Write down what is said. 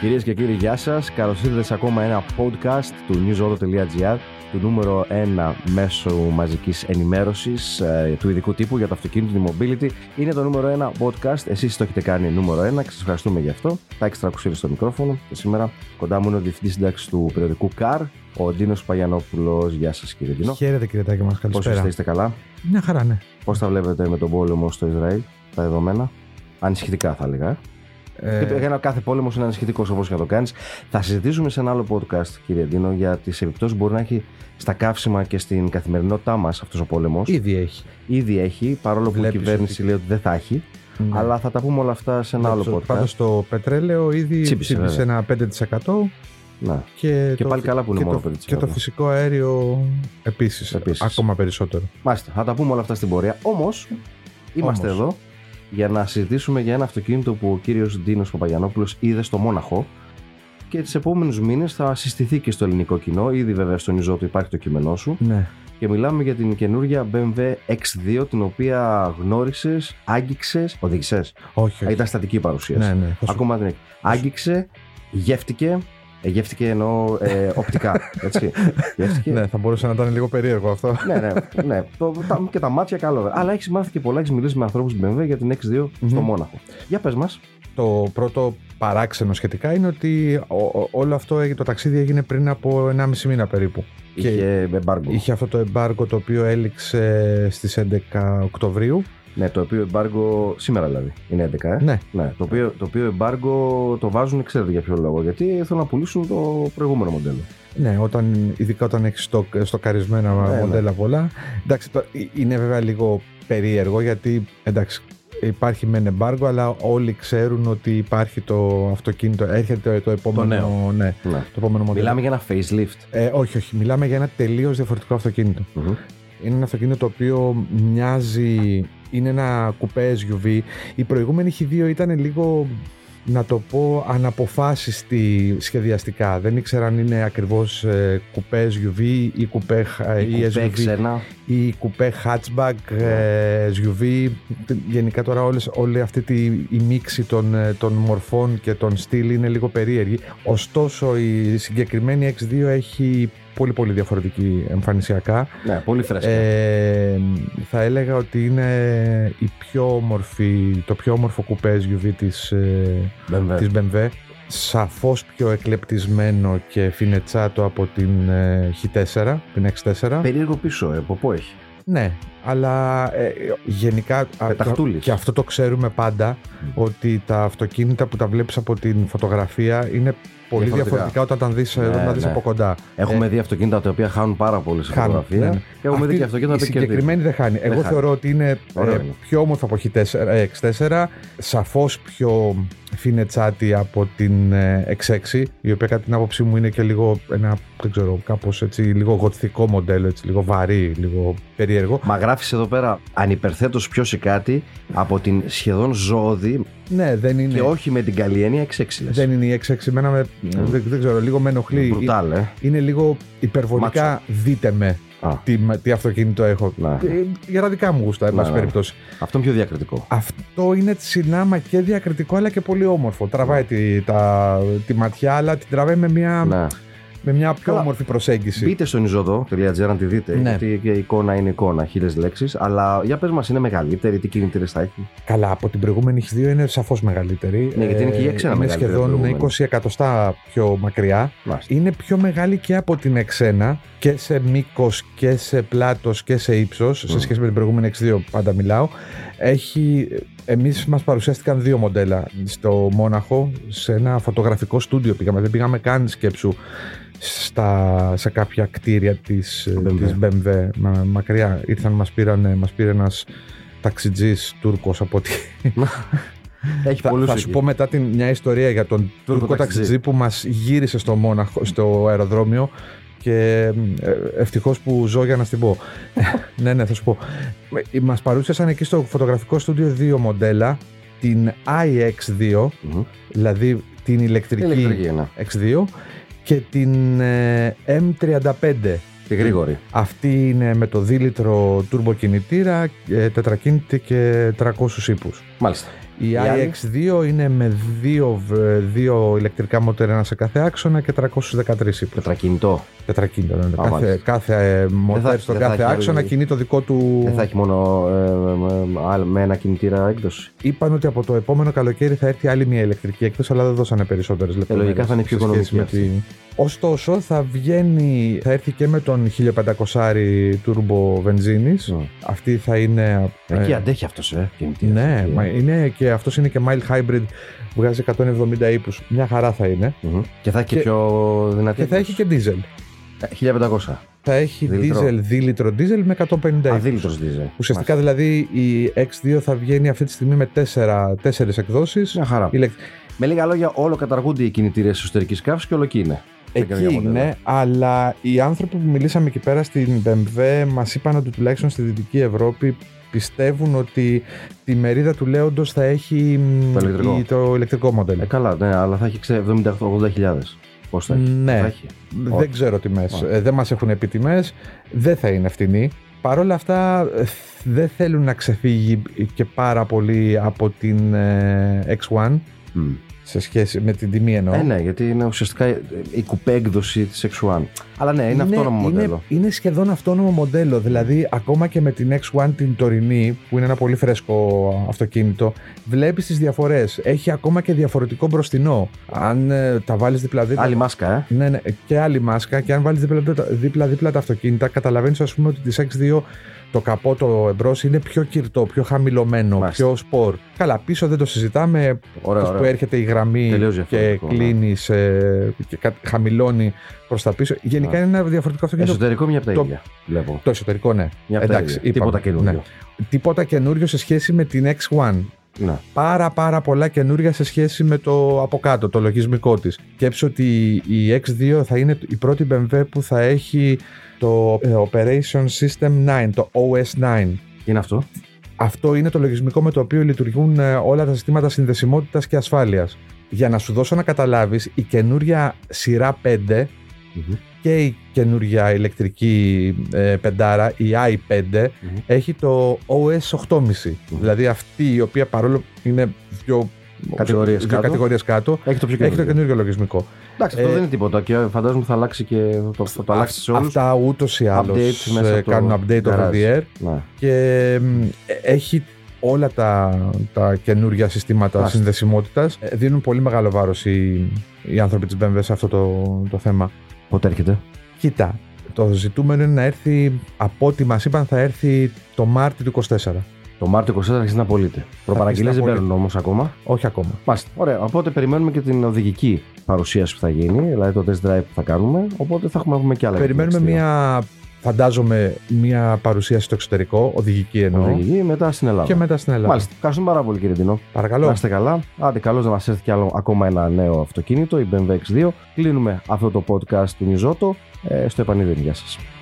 Κυρίες και κύριοι, γεια σας. Καλώς ήρθατε σε ακόμα ένα podcast του newsoro.gr του νούμερο 1 μέσω μαζικής ενημέρωσης ε, του ειδικού τύπου για το αυτοκίνητο, τη mobility. Είναι το νούμερο 1 podcast. Εσείς το έχετε κάνει νούμερο 1 και σας ευχαριστούμε γι' αυτό. Τα έξτρα στο μικρόφωνο και σήμερα κοντά μου είναι ο Διευθυντής Σύνταξης του περιοδικού CAR, ο Ντίνος Παγιανόπουλος. Γεια σας κύριε Ντίνο. Χαίρετε κύριε Τάκη μας, Πώς είστε, καλησπέρα. είστε καλά. Μια χαρά, ναι. Πώς τα βλέπετε με τον πόλεμο στο Ισραήλ, τα δεδομένα. Ανησυχητικά θα έλεγα. ε. Ε, Ε... Ένα κάθε πόλεμος είναι ανησυχητικός όπως και να το κάνεις. Θα συζητήσουμε σε ένα άλλο podcast, κύριε Ντίνο, για τις επιπτώσεις που μπορεί να έχει στα καύσιμα και στην καθημερινότητά μας αυτός ο πόλεμος. ήδη έχει. Ήδη έχει, παρόλο που η Ε, Βλέπεις κυβέρνηση ότι- Ναι. λέει ότι δεν θα έχει. Αλλά θα τα πούμε όλα αυτά σε ένα άλλο podcast. Πάντως το πετρέλαιο ήδη Τσίπησε, τσίπησε, ένα 5% Να. και, Και το, πάλι φυ- καλά που είναι και μόνο το, 5%. και το φυσικό αέριο επίσης, Επίσης. ακόμα περισσότερο. Μάλιστα, θα τα πούμε όλα αυτά στην πορεία. Όμως, είμαστε Όμως. εδώ για να συζητήσουμε για ένα αυτοκίνητο που ο κύριος Ντίνος Παπαγιανόπουλος είδε στο Μόναχο και τις επόμενους μήνες θα συστηθεί και στο ελληνικό κοινό. Ήδη, βέβαια, στον Ιζότο υπάρχει το κείμενό σου. Ναι. Και μιλάμε για την καινούργια BMW X2, την οποία γνώρισες, άγγιξες, οδήγησες. Όχι, όχι. Ήταν στατική η παρουσίαση. Ναι, ναι. Θα σου- Ακόμα δεν έχει. Άγγιξε, γεύτηκε. ε, γεύτηκε εννοώ ε, οπτικά. Έτσι. γεύτηκε. ναι, θα μπορούσε να ήταν λίγο περίεργο αυτό. ναι, ναι. ναι. Το, τα, και τα μάτια καλό. βέβαια. Αλλά έχεις μάθει και πολλά, έχεις μιλήσει με ανθρώπους στην BMW για την X2 στο Μμμ. Μόναχο. Για πες μας. το πρώτο παράξενο σχετικά είναι ότι ο- ο- όλο αυτό, έγινε- το ταξίδι έγινε πριν από 1,5 μήνα περίπου. Και- Είχε embargo. Είχε αυτό το εμπάργκο το οποίο έληξε στις 11 Οκτωβρίου. Ναι, το οποίο embargo. Σήμερα δηλαδή. Είναι 11, ε. Ναι, Ναι, το οποίο, το οποίο embargo το βάζουν, ξέρετε για ποιο λόγο. Γιατί θέλουν να πουλήσουν το προηγούμενο μοντέλο. Ναι, όταν, ειδικά όταν έχεις στο, στοκαρισμένα Ναι, μοντέλα πολλά. Εντάξει, το, ε, είναι βέβαια λίγο περίεργο γιατί εντάξει, υπάρχει μεν εμπάργκο, αλλά όλοι ξέρουν ότι υπάρχει το αυτοκίνητο. Έρχεται το επόμενο, νέο. Ναι, Ναι. το επόμενο μοντέλο. Μιλάμε για ένα facelift. Ε, όχι, όχι. Μιλάμε για ένα τελείως διαφορετικό αυτοκίνητο. Είναι ένα αυτοκίνητο το οποίο μοιάζει. Είναι ένα κουπέ SUV. Η προηγούμενη H2 ήταν λίγο να το πω αναποφάσιστη σχεδιαστικά. Δεν ήξερα αν είναι ακριβώς ε, κουπέ SUV ή κουπέ, χα- ή Η κουπέ SUV ξένα. ή κουπέ hatchback ε, SUV. Γενικά τώρα όλες, όλη αυτή τη, η μίξη των, ε, των μορφών και των στυλ είναι λίγο περίεργη. Ωστόσο η συγκεκριμένη X2 έχει πολύ πολύ διαφορετική εμφανισιακά. Ναι, πολύ φρέσκα. Ε, θα έλεγα ότι είναι η πιο όμορφη, το πιο όμορφο κουπές SUV της, ε, BMW. της BMW. Σαφώς πιο εκλεπτισμένο και φινετσάτο από την ε, H4, την X4. Περίεργο πίσω, ε, ποπό έχει. Ναι, αλλά ε, γενικά α, Πεταχτούλης. και αυτό το ξέρουμε πάντα ότι τα αυτοκίνητα που τα βλέπεις από την φωτογραφία είναι πολύ Διαφορετικά. διαφορετικά, όταν τα δεις, ε, Ναι, όταν τα δεις ναι. από κοντά. Έχουμε δει αυτοκίνητα τα οποία χάνουν πάρα πολύ σε Ε, Χάνουν, φωτογραφία. ναι, ναι. Και έχουμε δει και αυτοκίνητα η τα οποία κερδίζουν. συγκεκριμένη δεν χάνει. Εγώ χάνει. θεωρώ ότι είναι Ωραίο ε, είναι. πιο όμορφο από H4, ε, X4, σαφώς πιο φινετσάτη από την ε, X6, η οποία κατά την άποψή μου είναι και λίγο ένα, δεν ξέρω, κάπως έτσι, λίγο γοτθικό μοντέλο, έτσι, λίγο βαρύ, λίγο περίεργο. Μα γράφει εδώ πέρα ανυπερθέτω πιο σε κάτι από την σχεδόν ζώδη Ναι, δεν είναι... και όχι με την καλή έννοια 6 Δεν είναι η 6 εμένα με, Ναι. δεν, δεν ξέρω, λίγο με ενοχλεί. Μπρουτάλ, ε. Είναι λίγο υπερβολικά δείτε με Α, τι, τι αυτοκίνητο έχω. Ναι. Ε, Για τα δικά μου γούστα, εν Ναι, πάση ναι. περιπτώσει. αυτό είναι πιο διακριτικό. Αυτό είναι συνάμα και διακριτικό αλλά και πολύ όμορφο. Τραβάει τη, τα, τη ματιά, αλλά την τραβάει με μια, Ναι. με μια πιο Καλά. όμορφη προσέγγιση. Μπείτε στον Ιζοδό.gr να τη δείτε. Ναι. Γιατί και η εικόνα είναι εικόνα, χίλιες λέξεις. Αλλά για πες μας, είναι μεγαλύτερη, τι κινητήρες θα έχει. Καλά, από την προηγούμενη X2 είναι σαφώς μεγαλύτερη. Ναι, γιατί είναι και η Ε, X1 μεγαλύτερη είναι από την σχεδόν προηγούμενη. 20 εκατοστά πιο μακριά. Μάλιστα. είναι πιο μεγάλη και από την X1 και σε μήκος και σε πλάτος και σε ύψος. Σε σχέση με την προηγούμενη X2, πάντα μιλάω. Έχει. Εμείς μας παρουσιάστηκαν δύο μοντέλα στο Μόναχο, σε ένα φωτογραφικό στούντιο πήγαμε. Δεν πήγαμε καν σκέψου στα, σε κάποια κτίρια της BMW. BMW. Της BMW μα- μακριά ήρθαν, μας, πήραν, μας πήρε ένας ταξιτζής Τούρκος από ό,τι Έχει Ε, θα, πολλούς θα σου πω μετά την, μια ιστορία για τον Τούρκο ταξιτζή. ταξιτζή που μας γύρισε στο, Μόναχο, στο αεροδρόμιο και ε, ευτυχώς που ζω για να στην πω. ναι, ναι, θα σου πω. Ε, Μας παρουσίασαν εκεί στο φωτογραφικό στούντιο δύο μοντέλα. Την iX2, δηλαδή την ηλεκτρική, Ηλεκτρική, ναι. X2 και την ε, M35. Τη γρήγορη. Αυτή είναι με το δίλητρο τουρμποκινητήρα, ε, τετρακίνητη και 300 ύπους. Μάλιστα. Η άλλη? iX2 είναι με δύο, β- δύο ηλεκτρικά μοτέρ, ένα σε κάθε άξονα και 313 ύπου. Τετρακινητό. Τετρακίνητο. ναι, ναι. Α, Κάθε, μάλιστα. κάθε ε, μοτέρ θα- στον δεν θα κάθε έχει άξονα άλλη- κινεί το δικό του. Δεν θα έχει μόνο ε, ε, ε, άλλο- με ένα κινητήρα έκδοση. Είπαν ότι από το επόμενο καλοκαίρι θα έρθει άλλη μια ηλεκτρική έκδοση, αλλά δεν δώσανε περισσότερες λεπτομέρειες. Ε, λογικά θα είναι πιο οικονομική Ωστόσο, θα, βγαίνει, θα έρθει και με τον 1500 turbo βενζίνη. Αυτή θα είναι. Ναι. Εκεί ε, αντέχει αυτός, ε. κινητήρας. ναι, Εκεί, μα ε. είναι και αυτός είναι και mild hybrid. Βγάζει 170 ύπους. Μια χαρά θα είναι. Μμμ. Και θα έχει και Και- πιο δυνατή. Ε, Και θα έχει και diesel. έκδοση. 1500. Θα έχει Δίλητρο. diesel, δίλητρο diesel με 150 ύπου. Αδίλητο δίζελ. Ναι. Ουσιαστικά δηλαδή η X2 θα βγαίνει αυτή τη στιγμή με 4, 4 εκδόσεις. Μια χαρά. Με λίγα λόγια, όλο καταργούνται οι κινητήρες εσωτερικής καύσης και όλο εκεί είναι. Σε Εκεί κανένα μοντέλο. είναι, αλλά οι άνθρωποι που μιλήσαμε εκεί πέρα στην BMW μας είπαν ότι τουλάχιστον στη Δυτική Ευρώπη πιστεύουν ότι τη μερίδα του λέοντος θα έχει μ, Το ηλεκτρικό. η- το ηλεκτρικό μοντέλο. Ε, καλά, ναι, αλλά θα έχει 70-80.000. Πώς θα έχει. ναι, Θα έχει. δεν ξέρω τιμές. Όχι. Ε, δεν μας έχουν πει τιμές, δεν θα είναι φτηνή. Παρ' όλα αυτά ε, δεν θέλουν να ξεφύγει και πάρα πολύ από την ε, X1 Μμ. σε σχέση με την τιμή εννοώ. Ε, ναι, γιατί είναι ουσιαστικά η κουπέ έκδοση τη X1. Αλλά ναι, είναι, αυτόνομο μοντέλο. Είναι, είναι σχεδόν αυτόνομο μοντέλο. Δηλαδή, ακόμα και με την X1 την τωρινή, που είναι ένα πολύ φρέσκο αυτοκίνητο, βλέπεις τις διαφορές. Έχει ακόμα και διαφορετικό μπροστινό. Αν ε, τα βάλεις δίπλα-δίπλα. Άλλη μάσκα, ε. Ναι, ναι, και άλλη μάσκα. Και αν βάλεις δίπλα-δίπλα τα αυτοκίνητα, καταλαβαίνεις, ας πούμε, ότι τη X2 το καπό το εμπρός είναι πιο κυρτό, πιο χαμηλωμένο, Μάλιστα. πιο σπορ. Καλά, πίσω δεν το συζητάμε. Ωραία, Αυτός που ωραία. έρχεται η γραμμή Τελείως και διαφορετικό, ναι. κλείνει σε- και κα- χαμηλώνει προς τα πίσω. Γενικά Ναι. είναι ένα διαφορετικό αυτοκίνητο. Εσωτερικό μια από τα το- ίδια. Βλέπω. Το εσωτερικό, ναι. Μια από τα Εντάξει, ίδια. είπαμε, Ναι. Τίποτα καινούριο. Τίποτα καινούριο σε σχέση με την X1. Ναι. Πάρα πάρα πολλά καινούρια σε σχέση με το από κάτω, το λογισμικό της. Σκέψου ότι η X2 θα είναι η πρώτη BMW που θα έχει το ε, Operation System 9, το OS9. Τι είναι αυτό. Αυτό είναι το λογισμικό με το οποίο λειτουργούν ε, όλα τα συστήματα συνδεσιμότητας και ασφάλειας. Για να σου δώσω να καταλάβεις, η καινούρια σειρά 5 Μμμ. και η καινούρια ηλεκτρική ε, πεντάρα, η i5, Μμμ. έχει το OS 8,5. Δηλαδή αυτή η οποία παρόλο που είναι δύο Κατηγορίες δύο κάτω. κατηγορίες κάτω Έχει το πιο έχει το καινούριο. καινούργιο λογισμικό. Εντάξει, αυτό Ε, δεν είναι τίποτα. Και φαντάζομαι θα αλλάξει και. Θα το, θα το αλλάξει σε όλους. Αυτά ούτως ή άλλως Update μέσα ε, από το κάνουν update over garage. the air Ναι. και μ, ε, έχει όλα τα, τα καινούργια συστήματα Μάλιστα. συνδεσιμότητας. Ε, Δίνουν πολύ μεγάλο βάρος οι, οι άνθρωποι της BMW σε αυτό το, το θέμα. Πότε έρχεται. Κοίτα, το ζητούμενο είναι να έρθει, από ό,τι μας είπαν, θα έρθει το Μάρτιο του 24. Το Μάρτιο 24 αρχίζει να πωλείται. Προπαραγγελίε αρχίσει δεν να παίρνουν όμως ακόμα. Όχι ακόμα. Μάλιστα. Ωραία. Οπότε περιμένουμε και την οδηγική παρουσίαση που θα γίνει, δηλαδή το test drive που θα κάνουμε. Οπότε θα έχουμε να πούμε και άλλα. για την Περιμένουμε X2. μια, φαντάζομαι, μια παρουσίαση στο εξωτερικό, οδηγική εννοώ, οδηγική μετά στην Ελλάδα. και μετά στην Ελλάδα. Μάλιστα. Ευχαριστούμε πάρα πολύ κύριε Τινό. Παρακαλώ. Να είστε καλά. Άντε, καλώς να μας έρθει κι άλλο ακόμα ένα νέο αυτοκίνητο, η BMW X2. Κλείνουμε αυτό το podcast του Νιζότο. Ε, στο επανειδήν. Γεια σας.